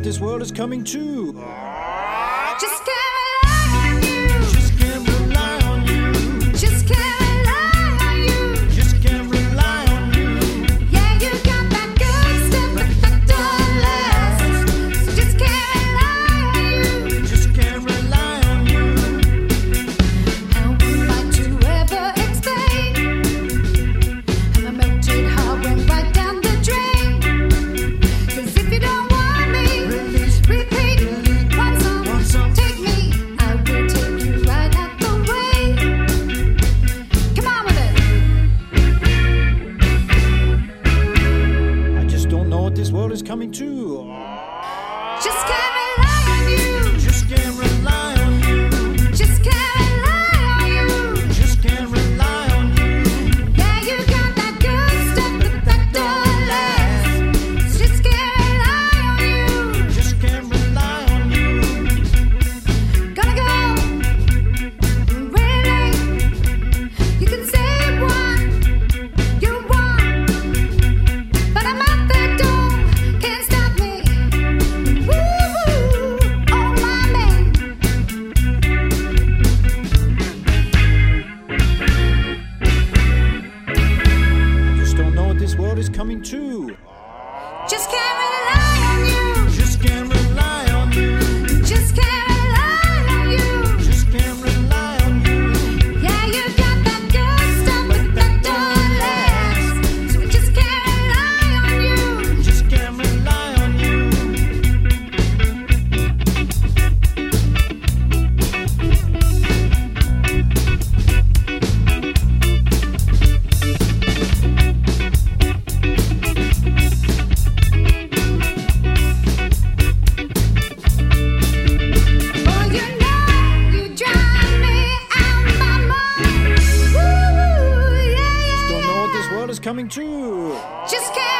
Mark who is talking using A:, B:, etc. A: this world is coming to.
B: Just can't rely on you.
A: Just can't rely on you.
B: Just can't rely on you.
A: Just can't rely on you.
B: Yeah, you got that good stuff, but that don't last. Just can't rely on you.
A: Just can't rely on you.
B: How am I to ever explain? How I melted heart went right down the drain. 'Cause if you don't want me, repeat one song. Take me, I will take you right out the way. Come on with it.
A: I just don't know what this world is coming to.
B: Just can't rely on you.
A: Just can't rely on you.
B: Just can't rely on you.
A: Just can't rely on you.
B: Yeah, you got that good stuff, but that don't last. Just can't rely on you.
A: Just can't rely on you.
B: Gotta go. Really? You can say what you want, but I'm at the door. Can't stop me. Woo, oh my man.
A: Just don't know what this world is coming to.
B: Just can't rely on you.
A: Just can't rely on you.
B: Just can't rely on you.
A: Just can't rely on you.
B: Yeah, you got that good stuff, but that don't last. So we just can't rely on you.
A: Just can't rely on you.
B: Oh, you know you drive me out my mind. Woo, yeah, yeah,
A: Don't know what this world is coming to.
B: yeah. Just can't